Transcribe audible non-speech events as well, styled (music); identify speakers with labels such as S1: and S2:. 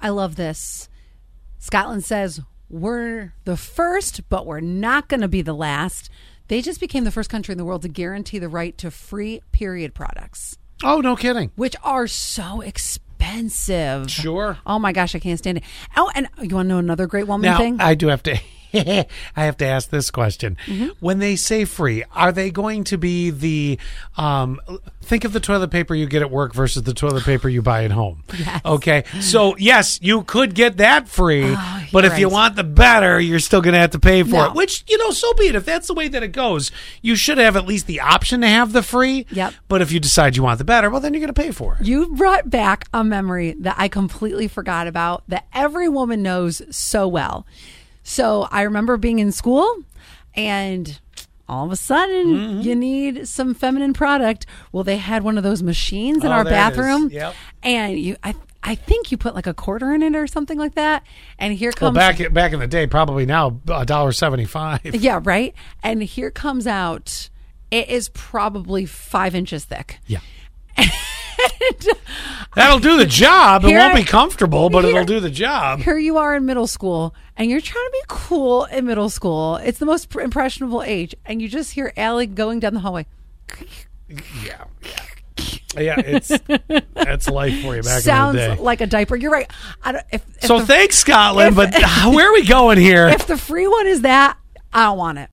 S1: I love this. Scotland says we're the first, but we're not going to be the last. They just became the first country in the world to guarantee the right to free period products,
S2: Oh, no kidding.
S1: which are so expensive.
S2: Sure.
S1: Oh my gosh, I can't stand it. Oh, and you want to know another great woman
S2: Now,
S1: thing?
S2: I do have to. (laughs) I have to ask this question.
S1: Mm-hmm.
S2: When they say free, are they going to be the um think of the toilet paper you get at work versus the toilet paper you buy
S1: (laughs)
S2: at home. Okay. So, yes, you could get that free, but
S1: Oh,
S2: if
S1: you're
S2: you
S1: right.
S2: want the better, you're still going to have to pay for
S1: No.
S2: it. Which, you know, so be it. If that's the way that it goes, you should have at least the option to have the free.
S1: Yep.
S2: But if you decide you want the better, well then you're going to pay for it.
S1: You brought back a memory that I completely forgot about that every woman knows so well. So I remember being in school and all of a sudden
S2: Mm-hmm.
S1: you need some feminine product. Well, they had one of those machines in
S2: Oh,
S1: our
S2: there it is.
S1: bathroom.
S2: Yep.
S1: And you I I think you put like a quarter in it or something like that. And here
S2: Well,
S1: comes
S2: back back in the day, probably now a dollar 75.
S1: Yeah, right. And here comes out it is probably five inches thick. (laughs)
S2: Yeah. That'll do the job. It
S1: Here
S2: won't
S1: I-
S2: be comfortable, but it'll
S1: here-
S2: do the job.
S1: here you are in middle school and you're trying to be cool in middle school. It's the most pr- impressionable age. And you just hear Allie going down the hallway.
S2: Yeah. Yeah, yeah it's that's life for you back in the
S1: Sounds
S2: day.
S1: like a diaper. You're right. I don't, if, if,
S2: so
S1: the, (laughs)
S2: thanks, Scotland,
S1: if-
S2: but where are we going here?
S1: if the free one is that, I don't want it.